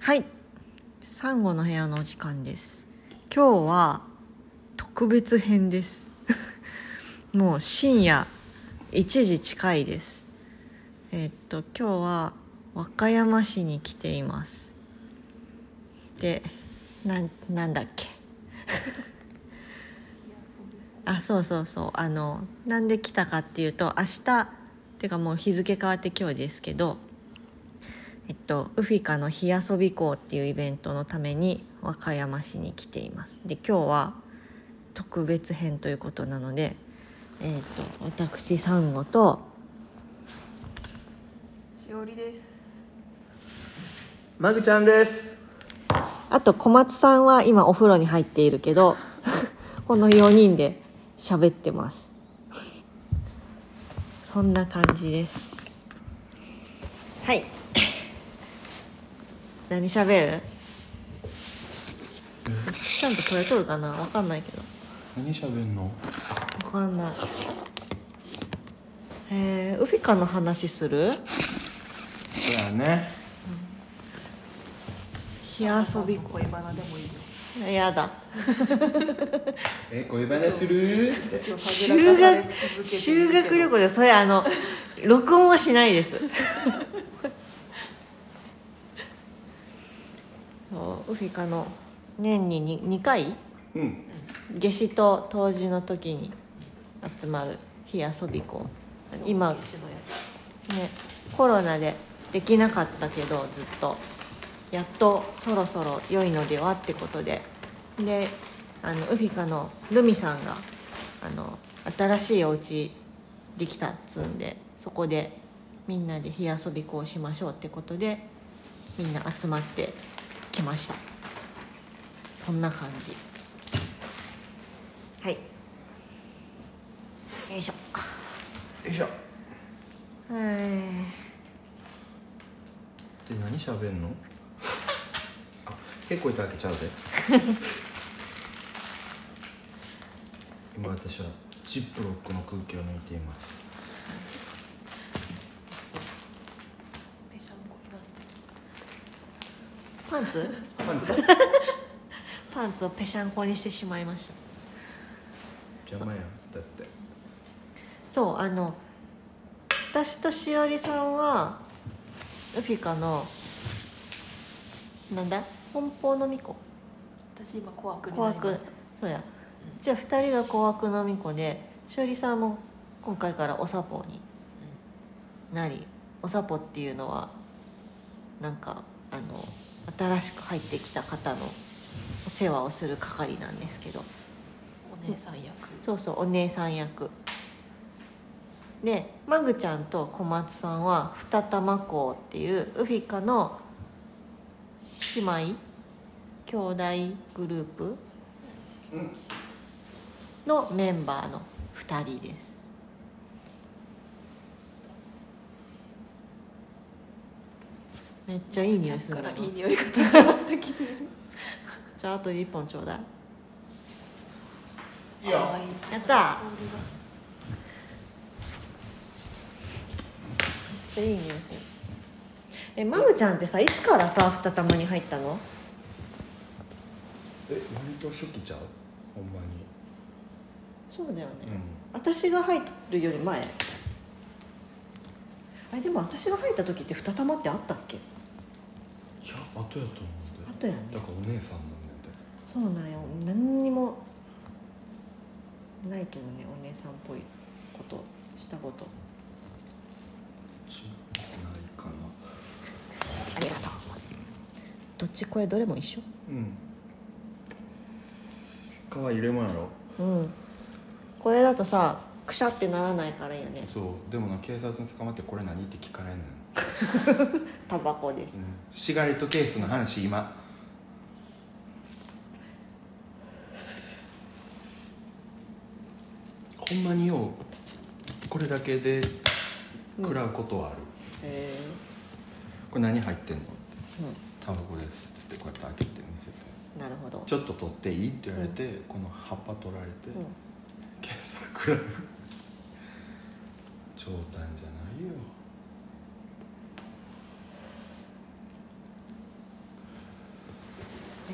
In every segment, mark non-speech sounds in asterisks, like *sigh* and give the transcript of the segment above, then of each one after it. はい。サンゴの部屋のお時間です。今日は特別編です。 *laughs* もう深夜1時近いです。えっと今日は和歌山市に来ています。で、なんなんだっけ。 *laughs* あ、そうそうそう。あのなんで来たかっていうと明日てかもう日付変わって今日ですけど。えっと、ウフィカの火遊び校っていうイベントのために和歌山市に来ていますで今日は特別編ということなので、えっと私サンゴとしおりです。マグちゃんです。あと小松さんは今お風呂に入っているけ *laughs* どこの4人で喋ってますそんな感じですはい何喋るちゃんとこれ取るかなわかんないけど何喋んの？わかんないえー、ウフィカの話するそうやね。火遊び恋バナでもいいよ。やだえ、恋バナする？今日修学修学旅行でそれあ *laughs* の録音はしないですそうウフィカの年に 2, 回うん。夏至と冬至の時に集まる火遊び校今ねコロナでできなかったけどずっとやっとそろそろ良いのではってことでであのウフィカのルミさんがあの新しいお家できたっつうんでそこでみんなで火遊び校しましょうってことでみんな集まってきましたそんな感じはいよいしょよいしょ。はいで、何喋んの？あ、結構いただけちゃうで。 *laughs* 今私はジップロックの空気を抜いています。パンツパンツパンツをぺしゃんこにしてしまいました邪魔やん。だって。そうあの私としおりさんはウフィカのなんだ奔放の巫女私今怖くに小なりま悪した。そうやじゃあ2人が小悪の巫女でしおりさんも今回からお作法になりおさぽっていうのはなんかあの新しく入ってきた方のお世話をする係なんですけどお姉さん役。そうそうお姉さん役でマグちゃんと小松さんは二玉校っていうウフィカの姉妹兄弟グループうん。のメンバーの2人ですめっちゃいい匂いするんだからないい匂いが漂ってきている。じゃああと1本ちょうだいいいよ。可愛いやった香りがめっちゃいい匂いするえマムちゃんってさいつからさ二玉に入ったのえ、割と初期ちゃう？ほんまに。そうだよね、う私が入るより前あれでも私が入った時って二玉ってあったっけん。いや、後やと思うんだよ。後やねだからお姉さんなんだよ。そうなんよ何にもないけどねお姉さんっぽいことしたことちないかな。ありがとうどっちこれどれも一うん。皮入れもんやろ。緒うんこれだとさくしゃってならないからいいよねそうでもな警察に捕まってこれ何って聞かれんのよ、タバコですシガレットケースの話今ほんまにようこれだけで食らうことはある、へえこれ何入ってんのってうタバコですっつってこうやって開けて見せてんなるほどちょっと取っていいって言われて、この葉っぱ取られて、うん今朝食らう冗談じゃない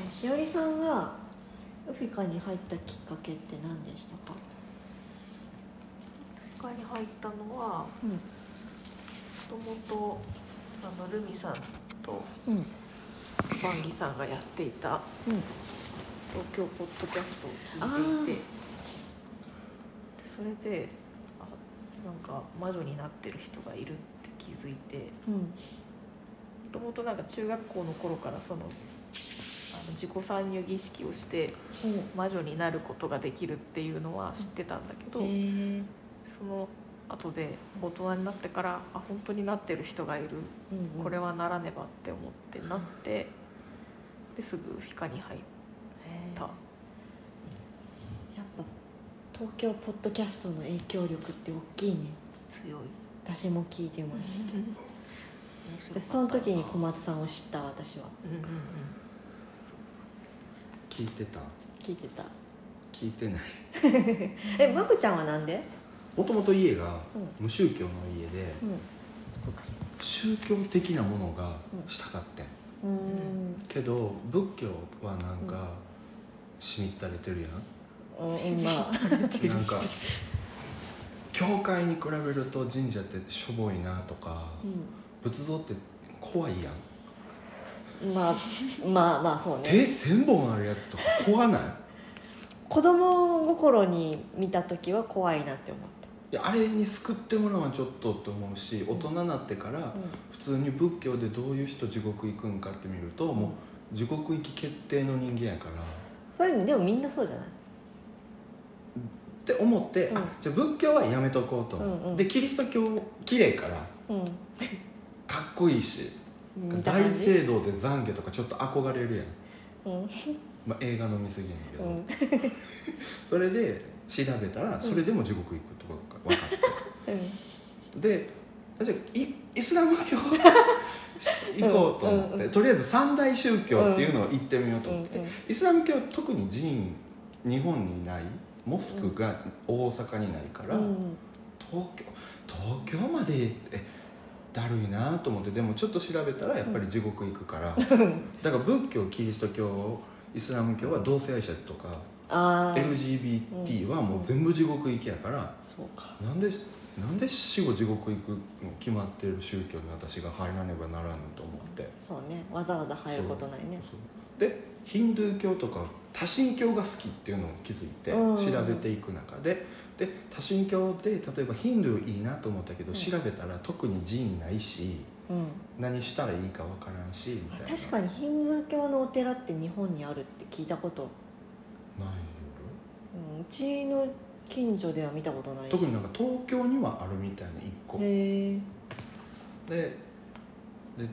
よしおりさんがウフィカに入ったきっかけって何でしたか、他に入ったのはうもともとあのルミさんとんうんバンギさんがやっていたうん、東京ポッドキャストを聞いていてでそれであなんか魔女になってる人がいるって気づいてうん、もともとなんか中学校の頃からそのあの自己参入儀式をして魔女になることができるっていうのは知ってたんだけど、へえその後で大人になってからあ本当になってる人がいるうんうんこれはならねばって思ってなってですぐフィカに入っへえた。やっぱ東京ポッドキャストの影響力って大きいね強い私も聞いてまし面た白かったその時に小松さんを知った私はうんうんうん聞いてた聞いてた聞いてないえまこちゃんはなんでもともと家がうん無宗教の家でうんちょっとこうかして宗教的なものがしたかってんうーんけど仏教はなんかしみったれ *laughs* てるやんうんまあなんか教会に比べると神社ってしょぼいなとか仏像って怖いやんうんまあまあまあそう手ね千本あるやつとか怖ない子供心に見た時は怖いなって思っいやあれに救ってもらうのはちょっとと思うし大人になってからた、うん普通に仏教でどういう人地獄行くんかって見るともう地獄行き決定の人間やからっそういうのでもみんなそうじゃないて思って、うんあじゃあ仏教はやめとこうと思う、うんうんでキリスト教綺麗からうかっこいいしん見た大感じ聖堂で懺悔とかちょっと憧れるやん、うんまあ、映画の見過ぎやねんけど、うんそれで調べたらそれでも地獄行くとか分かって、でじゃあイイスラム教 *laughs* 行こうと思って、うんうんとりあえず三大宗教っていうのを行ってみようと思って、うんうんイスラム教は特に寺院日本にないモスクが大阪にないから、うん東京東京までえだるいなと思ってでもちょっと調べたらやっぱり地獄行くから、だから仏教キリスト教イスラム教は同性愛者とか、ああ LGBT はもう全部地獄行きやから、そうかなんでなんで死後地獄行くの決まってる宗教に私が入らねばならぬと思ってそうねわざわざ入ることないねそうでヒンドゥー教とか多神教が好きっていうのを気づいてうん調べていく中でで多神教で例えばヒンドゥーいいなと思ったけどうん調べたら特に寺院ないしうん何したらいいか分からんしみたいな確かにヒンズー教のお寺って日本にあるって聞いたこと、ないようん、うちの近所では見たことないし特になんか東京にはあるみたいな一個でへえで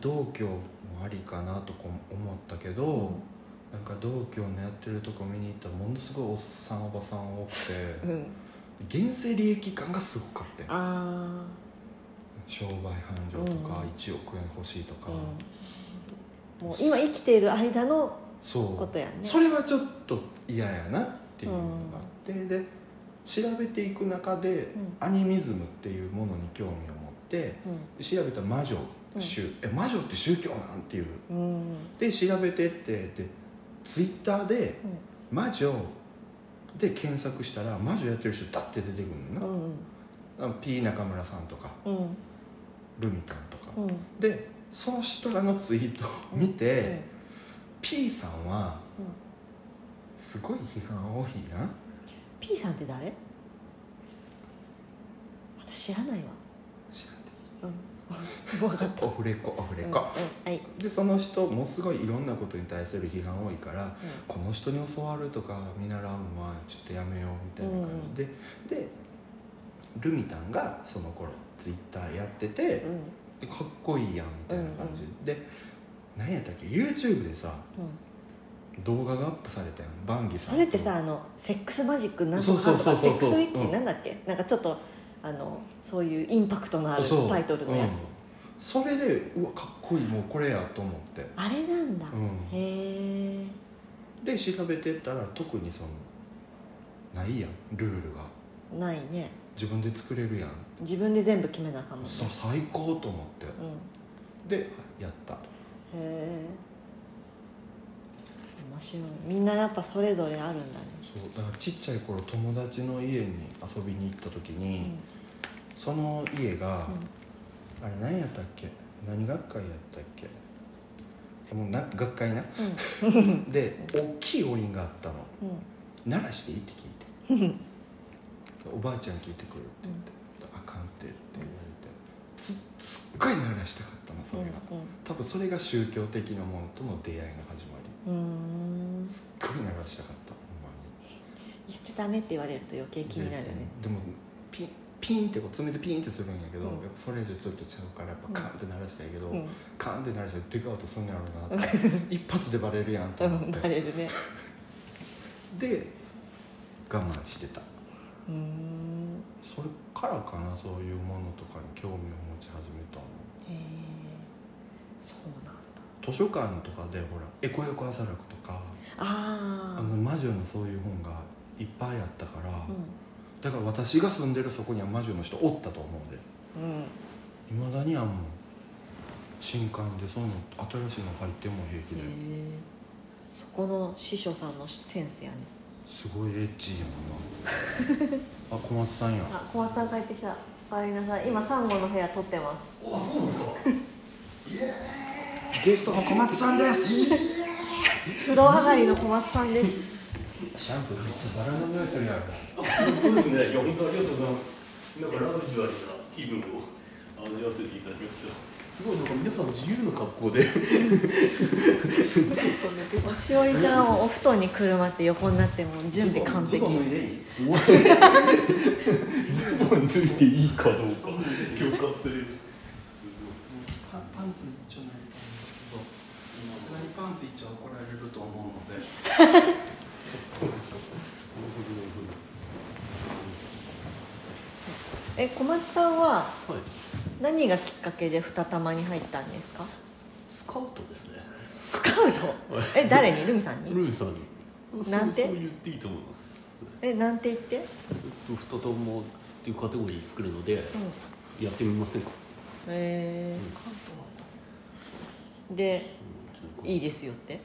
道教もありかなとか思ったけど、なんか道教のやってるとこ見に行ったらものすごいおっさんおばさん多くうてん現世利益感がすごかったよあ商売繁盛とかうん1億円欲しいとあか、うんもう今生きている間のそことやんうねそれはちょっと嫌やなっていうのがあって、で調べていく中でうんアニミズムっていうものに興味を持って調べた魔女うん宗、え魔女って宗教なんていううんうんで調べてってでツイッターで「魔女」で検索したら魔女やってる人だって出てくるのうんな、あの P 中村さんとかうんうんルミタンとか、うんでその人らのツイートを見て、P さんは、うんすごい批判多いやん P さんって誰私知らないわ、知らうん、分かっんでオフレコオフたうんレうんコ、はい、でその人もすごいいろんなことに対する批判多いから、この人に教わるとか見習うのはちょっとやめようみたいな感じで、でルミタンがその頃ツイッターやってて、うんうんでかっこいいやんみたいな感じ、で何やったっけ YouTube でさうん動画がアップされたやんバンギさそんとれってさあのセックスマジックなんとかそうそうそうそうあセックスウィッチ、うんなんだっけなんかちょっとあのそういうインパクトのあるタイトルのやつ、そううんそれでうわかっこいいもうこれやと思って、あれなんだ、うへえん、で調べてったら特にそのないやんルールがないね自分で作れるやん、自分で全部決めなあかんもんねそう最高と思ってうん、へでやったえ面白いみんなやっぱそれぞれあるんだねそうだからちっちゃい頃友達の家に遊びに行った時うに、んその家が、あれ何やったっけ何学会やったっけもうな学会なうんで大きいおりんがあったのうん鳴らしていいって聞いておばあちゃん聞いてくるって言って、あかんってって言われてすすっごい鳴らしたかったのそれが、多分それが宗教的なものとの出会いの始まりうんうんうーんすっごい鳴らしたかったほんまにやっちゃダメって言われると余計気になるよねででもピンピンってこう爪でピンってするんやけど、うんやっぱそれじゃちょっとちゃうからやっぱカンって鳴らしたいけど、うんカンって鳴らしたらデカウトすんやろうなって *laughs* 一発でバレるやんとう思っんてバレるねで我慢してたうーんそれからかなそういうものとかに興味を持ち始めたのへえそうなんだ図書館とかでほら「エコエコアザラク」とかああの魔女のそういう本がいっぱいあったから、あうだから私が住んでるそこには魔女の人おったと思うんでんうんいまだにはもう新刊でその新しいの入っても平気へで、えそこの師匠さんのセンスやねすごいエッチやもんなあ小松さんやあ小松さん帰ってきたおかえりなさい今サンゴの部屋撮ってますおそうなんですかゲストの小松さんです風呂上がりの小松さんですシャンプーめっちゃバラの匂いするやん本当ですねいや本当ありがとうございますなんかラグジュアリーな気分を味わわせていただきましたすごいなんか皆さん自由の格好でちょっと寝ておしおりちゃんをお布団にくるまって横になってもう準備完璧お前ズボン脱いでいいかどうか許可制パパンツ一丁なりたいんですけど今何パンツ一丁怒られると思うのでそうですよえ小松さんははい何がきっかけで二玉に入ったんですかスカウトですねスカウトえ誰にルミさんにルミさんになんてそうそう言っていいと思いますえなんて言ってえっと二ともっていうカテゴリー作るのでうんやってみませんかへえでいいすですよってはい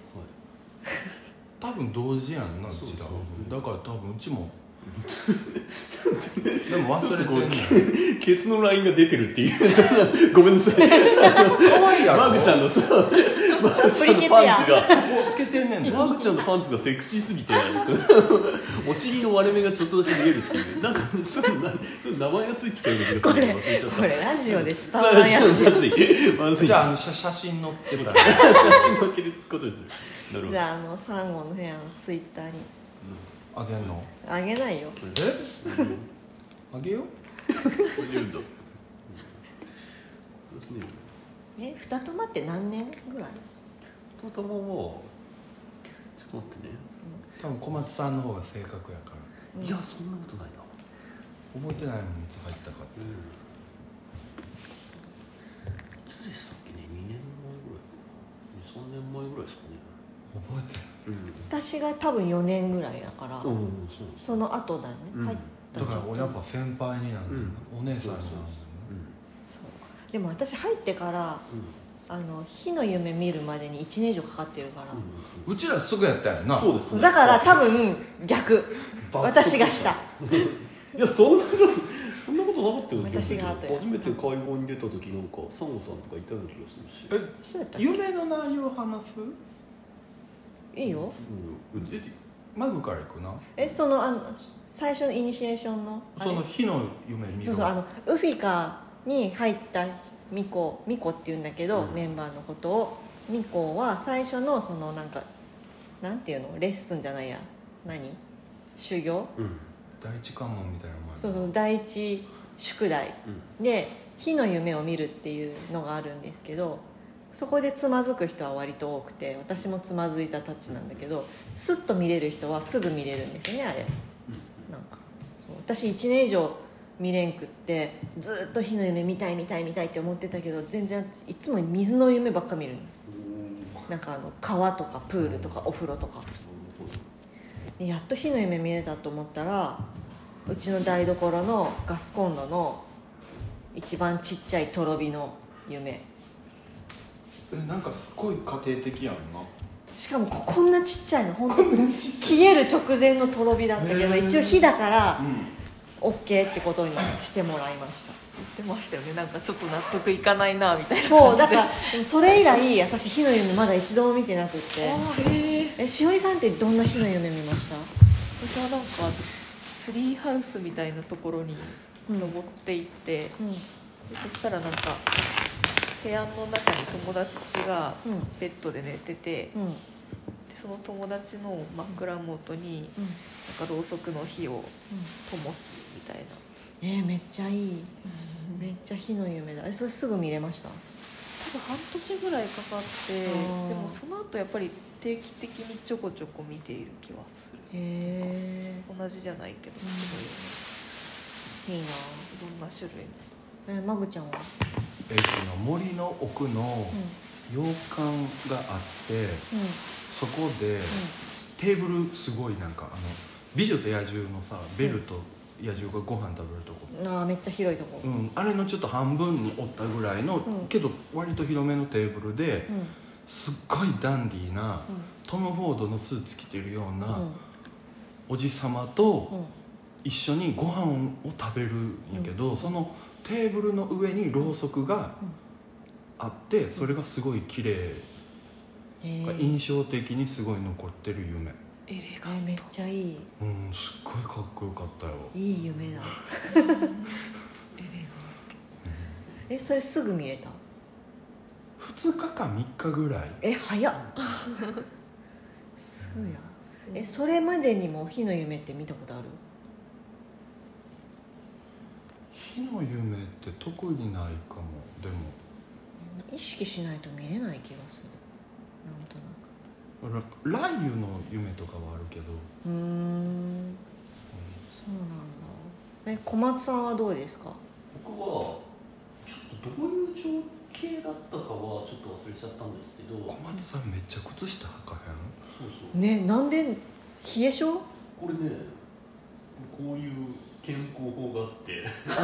多分同時やんなうそうちらそうだから多分うちもでも忘れてんちねんケツのラインが出てるっていうそんなごめんなさい可愛いやろマグちゃんのさマグちゃんのパンツがもう透けてんねんでマグちゃんのパンツがセクシーすぎてお尻の割れ目がちょっとだけ見えるっていうなんかそうなそう名前がついてたような気がこするれ忘れちゃったこれラジオで伝わらんや *laughs* つまずいまずいじゃああの写写真載ってたら写真負けることですなるほどじゃああのサンゴの部屋のツイッターにあげんのあげないよえあげよこれで言うんだそうですねえ二玉って何年ぐらいたまたまもちょっと待ってね多分小松さんの方が正確やからうんいやそんなことないな覚えてないもんいつ入ったかうんいつでしたっけね2年前ぐらいかな23年前ぐらいですかね覚えてないうん私が多分4年ぐらいだから、うんそうですその後だよね、うんはいだから俺やっぱ先輩になる、うんお姉さんになるうんそうでも私入ってからあの火の夢見るまでに1年以上かかってるから、ううちらすぐやったやんなんそうですそうねだから多分逆爆私がしたいやそんなことそんなことなかったような気がする私が後や初めて会合に出た時なんかサンゴさんとかいたような気がするしえそうやったっ夢の内容話すけいいようんうんえマグから行くなえそのあの最初のイニシエーションのあれその火の夢見ろそうそうあのウフィカに入ったミコミコっていうんだけど、うんメンバーのことをミコは最初のそのなんかなんていうのレッスンじゃないや何修行うん第一関門みたいなもんやなそうそう第一宿題うんで火の夢を見るっていうのがあるんですけどそこでつまずく人は割と多くて私もつまずいたたちなんだけどスッと見れる人はすぐ見れるんですよねあれなんかそう私1年以上見れんくってずーっと火の夢見たい見たい見たいって思ってたけど全然いつも水の夢ばっか見るのおーなんかあの川とかプールとかお風呂とかでやっと火の夢見れたと思ったらうちの台所のガスコンロの一番ちっちゃいとろ火の夢えなんかすごい家庭的やんなしかもここんなちっちゃいの本当こんなにちっち消える直前のとろ火だったけどへー一応火だからう OK ってことにしてもらいました言ってましたよねなんかちょっと納得いかないなみたいなそう感じだでからでもそれ以来私火の夢まだ一度も見てなくっあてーへええしおりさんってどんな火の夢見ました私はなんかツリーハウスみたいなところに登っていって、うんそしたらなんか部屋の中に友達がうんベッドで寝ててうんでその友達の枕元にうんなんかろうそくの火を灯すみたいなえーめっちゃいいめっちゃ火の夢だえそれすぐ見れました多分半年ぐらいかかってあーでもその後やっぱり定期的にちょこちょこ見ている気はするへえ同じじゃないけどうんすいいなごいねいろんな種類のえマグちゃんはえっとね森の奥のう洋館があってんうんそこでテーブルすごいなんかあの「美女と野獣」のさベルと野獣がご飯食べるとこあーめっちゃ広いとこう、ん、あれのちょっと半分に折ったぐらいの、うんけど割と広めのテーブルでうんすっごいダンディーなトム・フォードのスーツ着てるよううんうなんおじさまとうん一緒にご飯を食べるんやけど、そのテーブルの上にろうそくがうんあってそれがすごい綺麗えー印象的にすごい残ってる夢エレえめっちゃいいうんすっごいかっこよかったよ、いい夢だエレうんえそれすぐ見れた2日か3日ぐらいえ早っ *laughs* すごいなえそれまでにも火の夢って見たことある火の夢って特にないかもでも意識しないと見れない気がするなんとなら雷雨の夢とかはあるけど、くうーんそうなんだえ小松さんはどうですか僕はちょっとどういう情景だったかはちょっと忘れちゃったんですけど小そう松さんめっちゃ靴下履かへそう、ねなんで冷え性これねこういう健康法が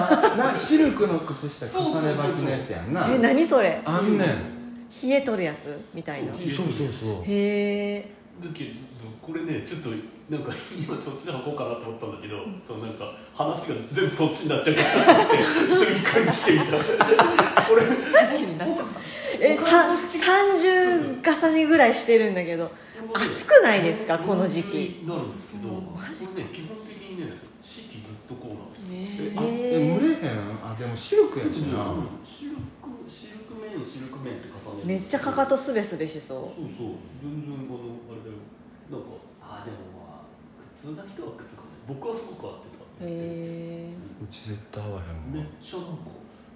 あってんなシルクの靴下重ね履きのやつやんなえ何それあんねん冷えとるやつみたいなそうそうそうそうへえだけどこれねちょっとなんか今そっちに運こうかなと思ったんだけど、そのなんか話が全部そっちになっ *laughs* ちゃうからってそれ一回来ていたこれガチになっちゃったえさ30重ねぐらいしてるんだけど暑くないですかこの時期になるんですけどこマジかれね基本的にね四季ずっとこうなんですよえねあへーえ蒸れへんあでもシルクやしな、うんシルクシルク面シルク面って重ねてめっちゃかかとすべすべしそそうそう全然このあれだよなんかあーでもまあ普通な人は靴かね僕はすごく合ってうたへえうち絶対合わへんめっわちゃなんか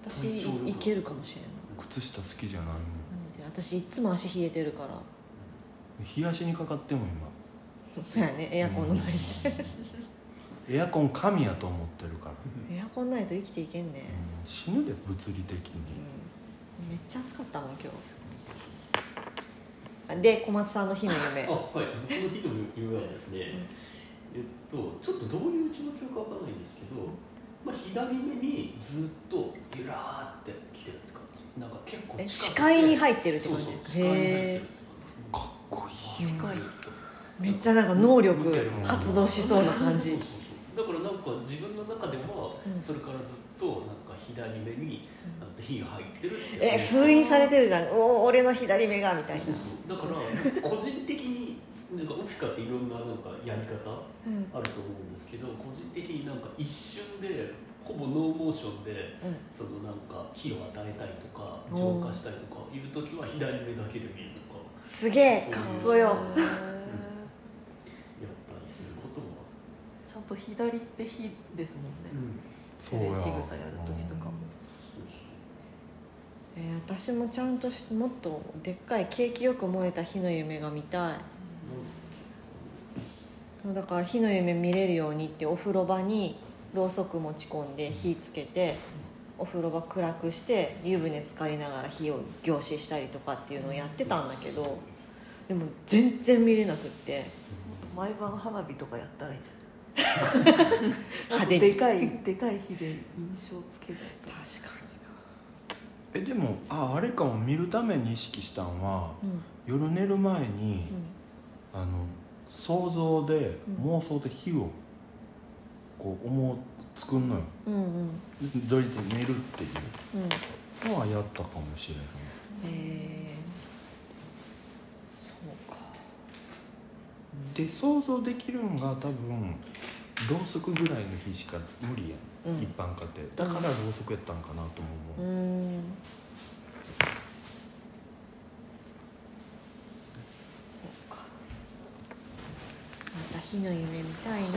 私いけるかもしれない靴下好きじゃないもんマジで私いつも足冷えてるから冷やしにかかっても今そうやねエアコンの前に、エアコン神やと思ってるから、エアコンないと生きていけんね、うん死ぬで物理的うにん、めっちゃ暑かったもん今日あで小松さんの日の夢あはい、僕の日の夢はですね、えっと、ちょっとどういう状況かわからないんですけど、まあ、左目にずっとゆらーって来てるって感じなんか結構え近くて視界に入ってるって感じですかそうそう視界に入ってるへってかっこいい視界めっちゃなんか能力発動しそうな感そうじそうそうだからなんか自分の中では、うんそれからずっとなんか左目になんか火が入ってるってえ封印されてるじゃんお俺の左目がみたいなそうそうだから個人的になんかオフィカっていろんななんかやり方うんあると思うんですけど個人的になんか一瞬でほぼノーモーションでうんそのなんか火を与えたりとかお浄ー化したりとかいう時は左目だけで見るとかすげえかっこよへーやったりすることもちゃんと左って火ですもんねある、うん、そ手うでや仕草やる時とかもえー私もちゃんとしもっとでっかい景気よく燃えた火の夢が見たいそうだから火の夢見れるようにってお風呂場にろうそく持ち込んで火つけてお風呂場暗くして湯船浸かりながら火を凝視したりとかっていうのをやってたんだけどでも全然見れなくって毎晩花火とかやったらいいんじ *laughs* ゃない派手でにかいでかい火で印象つけないと確かえでもああれかも見るために意識したんはにな夜寝る前に、あの想像で、う妄想で火をこう思う作んのようんうんどいて寝るっていうんうのはやったかもしれないへえそうかで想像できるんが多分ろうそくぐらいの日しか無理や、うんん一般家庭だからろうそくやったんかなともう思う、んそうかまた火の夢見たいな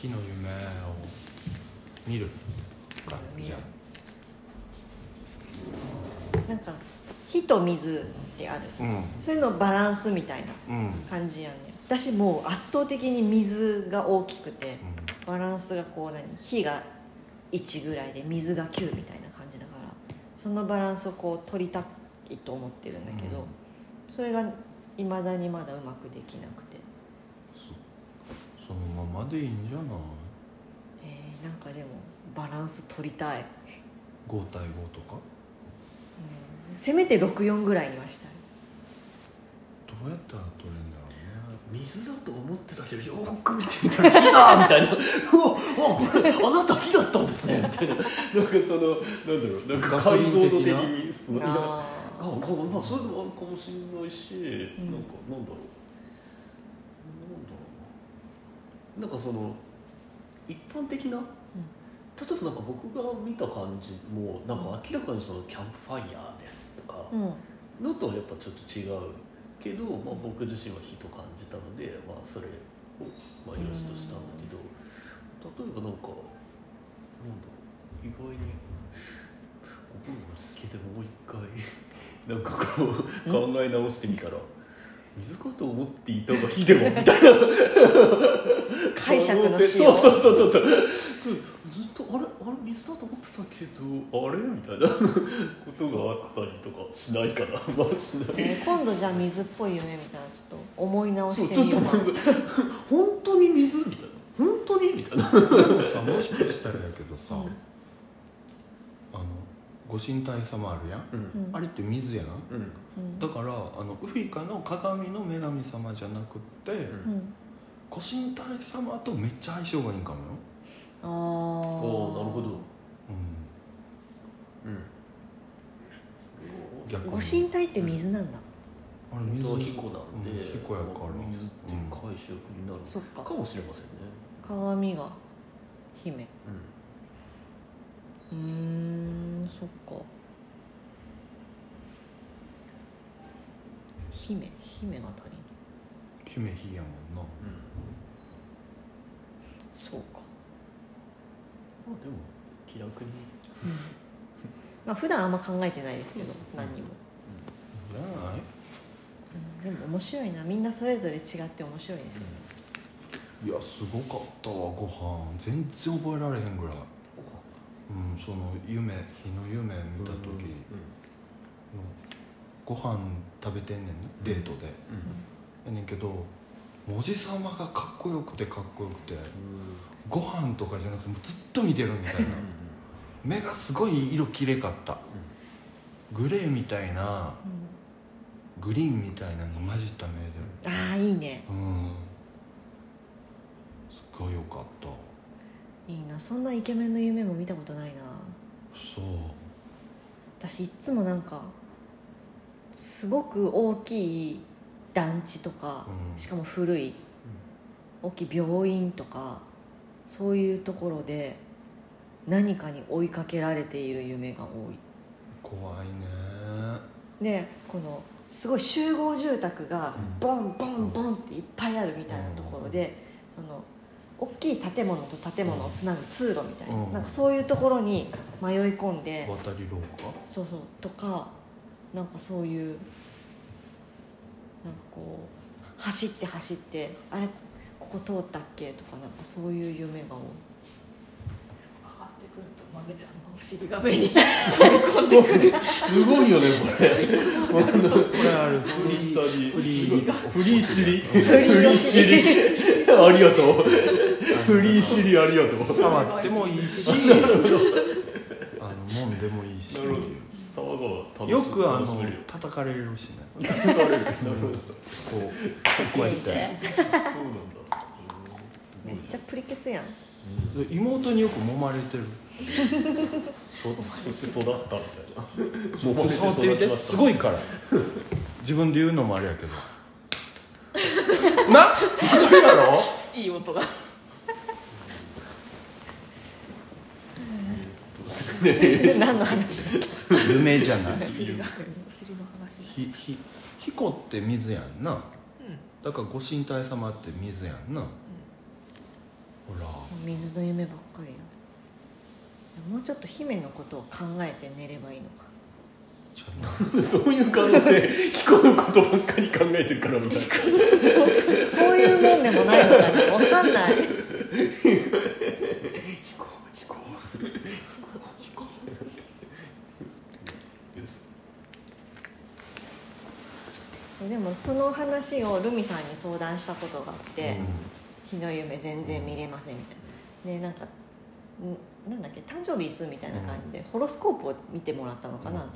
火の夢を見るかじゃあなんか火と水ってあるじゃんうんそういうのバランスみたいなうん、うん、感じやね私もう圧倒的に水が大きくてバランスがこう何火が1ぐらいで水が9みたいな感じだからそのバランスをこう取りたいと思ってるんだけど、それがいまだにまだうまくできなくて、そそのままでいいんじゃないえーなんかでもバランス取りたい、 5対5とかうんせめて64ぐらいにはしたいどうやったら取れるんだろ水だと思ってたけどよーく見てみたら火だみたいな「うわうわこれあなた火だったんですね」みたいななんかそのなんだろうなんかガソリ解ン像度的的なにそのいやああーまあまあそういうのもあるかもしれないし、んなんかなんだろうなんだろうななんかその一般的な、例えばなんか僕が見た感じもなんか明らかにそのキャンプファイヤーですとか、うんのとはやっぱちょっと違うけど、まあ、僕自身は火と感じたので、まあ、それをまあよしとしたんだけど例えばなんかなんだろう意外にここを見つけてもう一回 *laughs* なんかこう考え直してみたら水かと思っていたが火でもみ *laughs* たいな解釈のししよよううそうそうそうそうずっとあれあれ水だと思ってたけどあれみたいなことがあったりとかしないかな *laughs* まあしないえー今度じゃあ水っぽい夢みたいなちょっと思い直そうしちてょっみよとうかなんか *laughs* 本当に水みたいな本当にみたいなうねでもさもしかしたらやけどさ、うんあのご神体様あるやん、ううんんあれって水やんうんうんだからあのウフィカの鏡の女神様じゃなくって、んうんご神体様とめっちゃ相性がいいんかもよ、ああああなるほどうん、うん逆にご神体って水なんだ、あれ水水はヒコなんで、うんヒコやから水っていう解釈になるそっかかもしれませんね鏡が姫うんうーんそっか姫姫が足りん姫火やもんなうんそうか、まあでも気楽にうん、まあ普段あんま考えてないですけど何にも、じゃないうん、でも面白いなみんなそれぞれ違って面白いですよねいやすごかったわご飯全然覚えられへんぐらい、うん、その夢日の夢見た時の、ご飯食べてんねんねデートで、やねんけど文字様がかっこよくてかっこよくてご飯とかじゃなくてもうずっと見てるみたいな目がすごい色きれかった、グレーみたいなうんグリーンみたいなの混じった目でああいいねうんすっごいよかったいいなそんなイケメンの夢も見たことないなそう私いっつもなんかすごく大きい団地とか、うんしかも古い大きい病院とかそういうところで何かに追いかけられている夢が多い怖いねでこのすごい集合住宅がうんボンボンボンっていっぱいあるみたいなところでその大きい建物と建物をつなぐ通路みたいなうんなんかそういうところに迷い込んで渡り廊下そうそうとかなんかそういうなんかこう走って走ってあれここ通ったっけとかなんかそういう夢が多い上がってくるとマグちゃんのお尻が目に飛び込んでくるすごいよねこれこれあるフリーリフリーフリーシリフフリリーーシシリリありがとうフリーシリありがとう *laughs* 触ってもいいしあの揉んでもいいしなるほど沢川楽しよくあの楽しめるよ叩かれるしね叩かれるなるほどこうこうやっちてそうなんだうめんっちゃすプリケツやんごいで妹によく揉まれてるそそして育ったみたいなもう触ってみてすごいい *laughs* から自分で言うのもあれやけどな聞こえるやろいい音が何の話だっ夢じゃないお尻がお尻の話ひひひこって水やんなうんだからご神体様って水やんな、ほらけ水の夢ばっかりやんもうちょっと姫のことを考えて寝ればいいのかじゃあそういう可能性彦のことばっかり考えてるからみたいなそういうもんでもないのかなわかんない彦彦彦でもその話をルミさんに相談したことがあっなて「日の夢全然見れません」みたいなねなんかんなんだっけ誕生日いつみたいな感じでホロスコープを見てもらったのかなと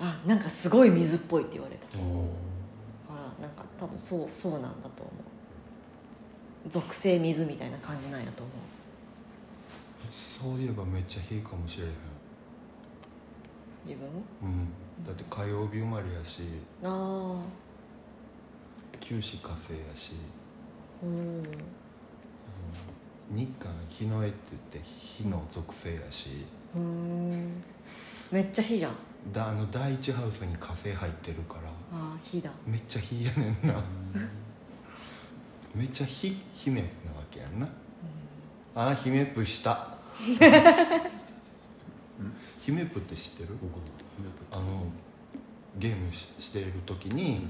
あなんかすごい水っぽいって言われたうんおーからなんか多分そうそうなんだと思う属性水みたいな感じなんやと思うそういえばめっちゃいいかもしれへん、自分うん、だって火曜日生まれやしああ九死火星やしうん日韓日の絵って言って火の属性やしうーんめっちゃ火じゃんだあの第一ハウスに火星入ってるからああ火だめっちゃ火やねんなめっちゃ火姫なわけやんなああ姫プした姫プって知ってる僕あのゲームししている時に、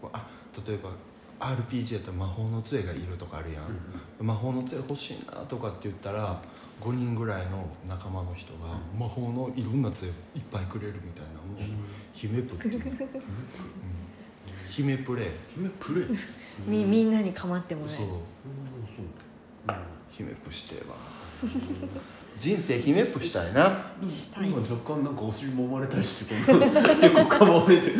こうあ例えば RPG やったら魔法の杖がいるとかあるやん、魔法の杖欲しいなとかって言ったら5人ぐらいの仲間の人が魔法のいろんな杖いっぱいくれるみたいなのを姫プってい *laughs* うの、うん、姫プレイ姫プレイみみんなに構ってもらえそるうそう姫プしては人生姫プしたいなうんしたい今若干なんかお尻揉まれたりしてこんな結構かまれてる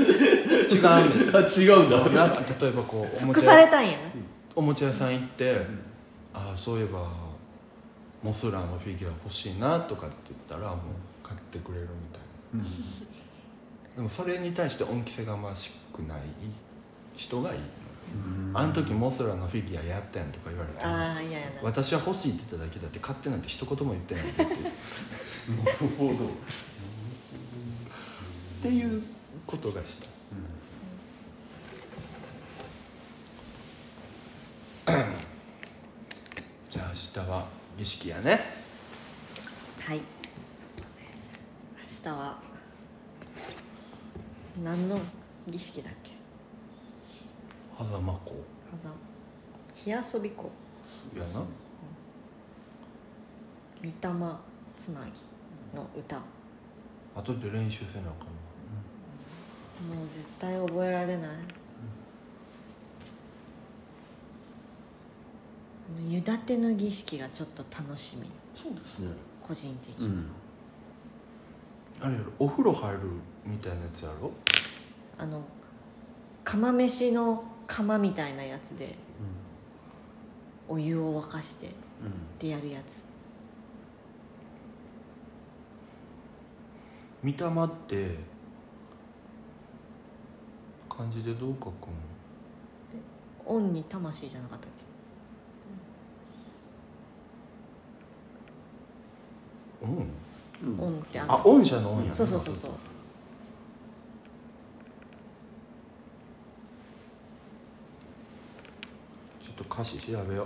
違うねんあ違うんだなんか例えばこうお尽もくちさゃれ屋たんやなおもちゃ屋さん行って、ああそういえばモスラーのフィギュア欲しいなとかって言ったらもう買ってくれるみたいうんなでもそれに対して恩着せがましくない人がいいあの時モスラーのフィギュアやったやんとか言われてああ嫌やな私は欲しいって言っただけだって買ってなんて一言も言ってないって言ってっなるほど、うんていうことがしたじゃあ明日は儀式やねはい明日は何の儀式だっけ狭間湖火山火遊び湖やな御霊つなぎの歌も後で練習せなあかんなう絶対覚えられないあの湯立ての儀式がちょっと楽しみそうですね個人的、うんあれやろお風呂入るみたいなやつやろあの釜飯の釜みたいなやつでお湯を沸かしてうんでやるやつ御霊って漢字でどう書くのオンに魂じゃなかったっけオンうんオンってあのあオンじゃのオンやなそうそうそうそうちょっと歌詞調べよう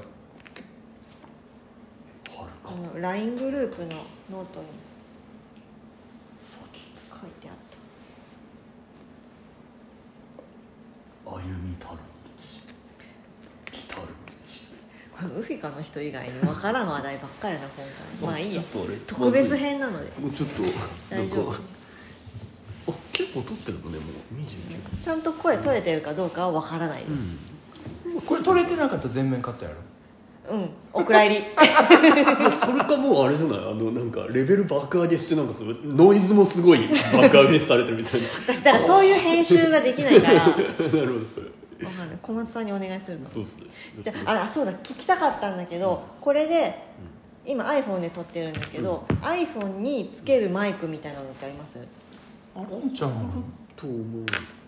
はるこかの LINE グループのノートに先書いてあった歩みたる道来たるこれウフィカの人以外に分からん話題ばっかりやな *laughs* 今道回まあいいよちょっとあれ特別編なのでもうちょっとな大ん丈夫かあ結構撮ってるのねもう29ちゃんと声取れてるかどうかは分からないです、うんこれ取れてなかったら全面カットやろうんお蔵入り *laughs* それかもうあれじゃないあのなんかレベル爆上げしてなんかそれノイズもすごい爆上げされてるみたいな *laughs* 私だからそういう編集ができないからわかなるほどそれんない小松さんにお願いするのそうっすねじゃああそうだ聞きたかったんだけどこれで今 iPhone で撮ってるんだけど、iPhone につけるマイクみたいなのってありますあるんちゃうのと思う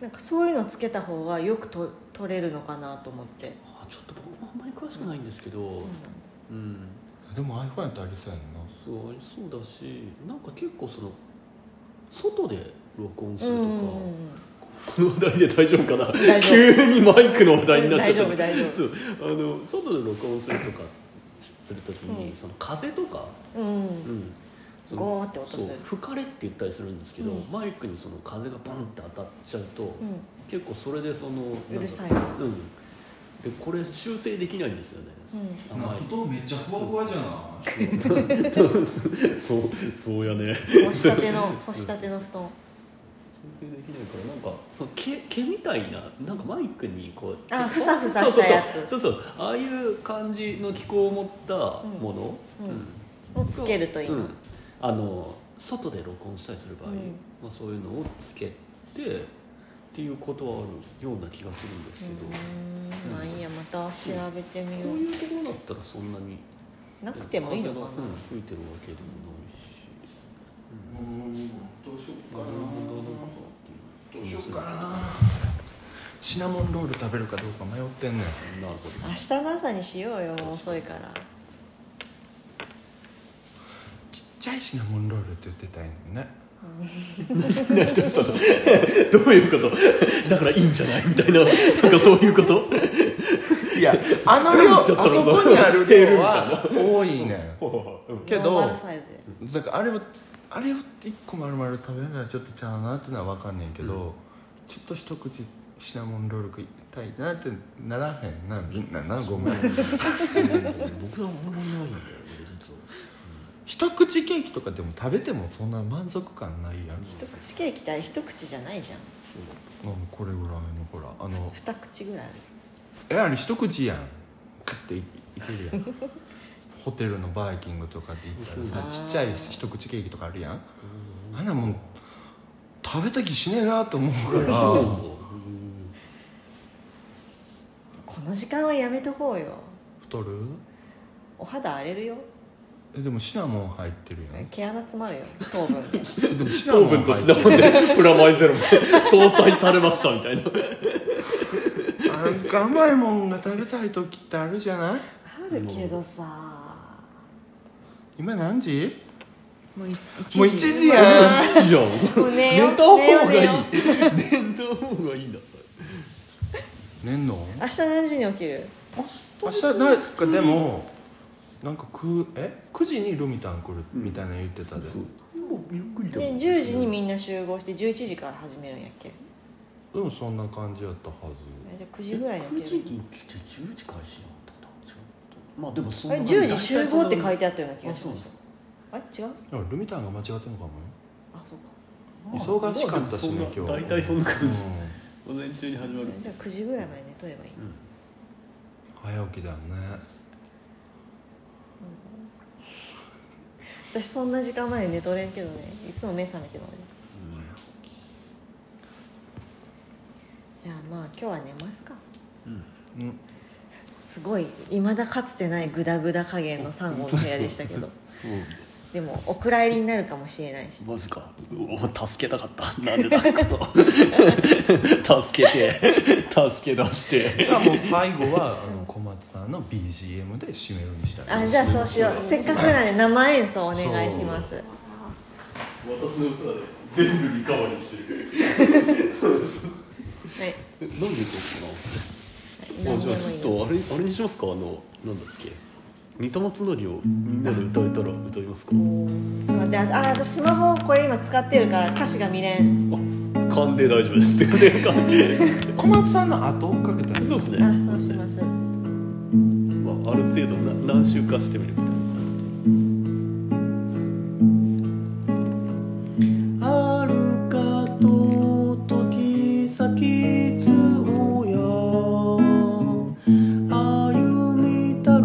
なんかそういうのつけた方がよくと撮れるのかなと思ってあちょっと僕もあんまり詳しくないんですけどそうなんだうんでも iPhone やったらありそうやんなそうありそうだしなんか結構その外で録音するとか、うんうんうんこの話題で大丈夫かな大丈夫急にマイクの話題になっちゃ大っ丈た夫大丈夫そうあの外で録音するとかするときに、うんその風とか、 *laughs* うんうん、そのゴーって音するそう吹かれって言ったりするんですけど、うんマイクにその風がバンって当たっちゃうと、う結構それでそのんうるさいなんかうんでこれ修正できないんですよね、 *laughs* う甘い当めっちゃふわふわじゃないそうそうやね干したての干したての布団修正できないからなんかその毛毛みたいななんかマイクにこうあふさふさしたやつそうそうそうそうああいう感じの気候を持ったもうの、んをつけるといいな、うんあの外で録音したりする場合、うんまあ、そういうのをつけてっていうことはあるような気がするんですけど、うーんまあいいやまた調べてみこよういうところだったらそんなにうなくてもいいのかな風がうん吹いてるわけでもないどうし、うんしよなるほどなんかっていうシナモンロール食べるかどうか迷ってんねんなるほど明日の朝にしようよもう遅いからちっちゃいシナモンロールって言ってたんやねどういうことだからいいんじゃないみたいななんかそういうこといやあのちょ量っとあそこにある量は多いねんけどノーマルサイズでだからあれをあれを一個丸々食べるのはちょっとちゃうなってのは分かんねんけど、うんちょっと一口シナモンロール食いたいなってならへんなみんななごめん僕はあんまりないんだよね実は一口ケーキとかでも食べてもそんな満足感ないやん一口ケーキってあれ一口じゃないじゃんあもうこれぐらいのほらあ *laughs* の二口ぐらいあるえあれ一口やん食っていいけるやん *laughs* ホテルのバイキングとかで行ったらあさーちっちゃい一口ケーキとかあるやんあんなもん食べた気しねえなと思うから *laughs* この時間はやめとこうよ太るお肌荒れるよえでもシナモン入って *laughs* るやん毛穴詰まるよ糖分ででもシナ糖モン入分ってとるシナモンでプラマイゼロで相殺されましたみたいななんか甘いもんが食べたい時ってあるじゃないあるけどさ今何時もういもう1時やんいいじゃんもう寝寝よた方寝よが寝いいよ寝た方がいいんだ寝んの明日何時に起きる明日なんかでもなんかくえ9時にルミタン来るみたいなの言ってたで、もうゆっくりだもでん10時にみんな集合して11時から始めるんやっけでもそんな感じやったはずえじゃあ9時ぐらいに9起時きるに来て10時開始なんだった違うまあでもそんあれな10時集合って書いててあったような気あがしそうまでしすたあ違ういやルミタンが間違ってんのかもよあそうか忙しかったしね今日大体そんな感じうん午前中に始まるじゃあ9時ぐらいまで寝とればいい早起きだよね私そんな時間まで寝とれんけどねいつも目覚めてもねじゃあまあ今日は寝ますかうんすごい未だかつてないグダグダ加減の3号の部屋でしたけ *laughs* どそうでもお蔵入りになるかもしれないしマジかお助けたかったなんでだクソ助けて助け出してじゃあもう最後はあの小松さんの BGM で締めるにしたいあじゃあそうしようせっかくなんで生演奏お願いします私の歌で全部リカバリーしてるはいえなんで行こうかなあ何じゃあでもちょっいいよとあれあれにしますかあのなんだっけ三田松のりをみんなで歌えたら歌いますかちょっと待ってああ私スマホこれ今使ってるから歌詞が見れん勘で大丈夫ですっていう感じ小松さんの後追っかけたらそうですあね、そうしますまあ、ある程度な何周かしてみるみたいな感じであるかと時先つおや歩みたる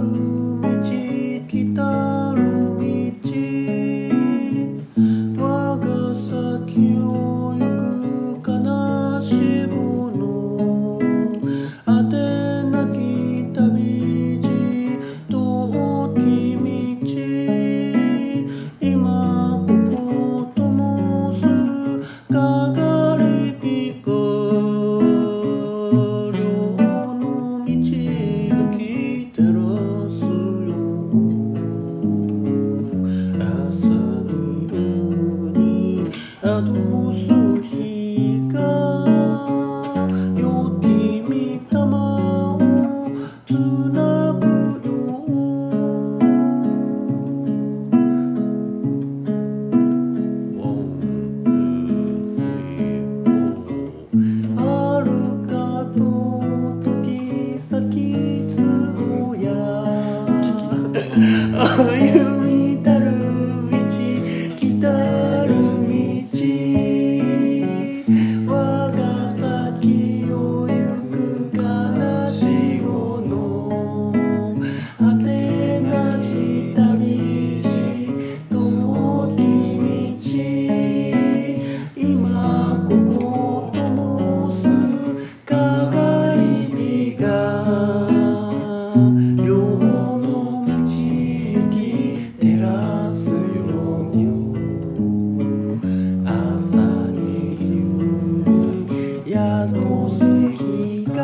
屋の席が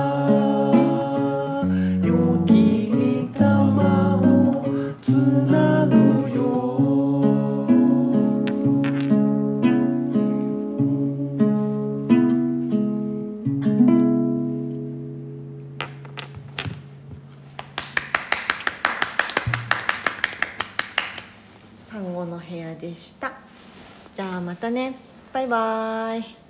料金玉をつなぐよ産後の部屋でしたじゃあまたねバイバイ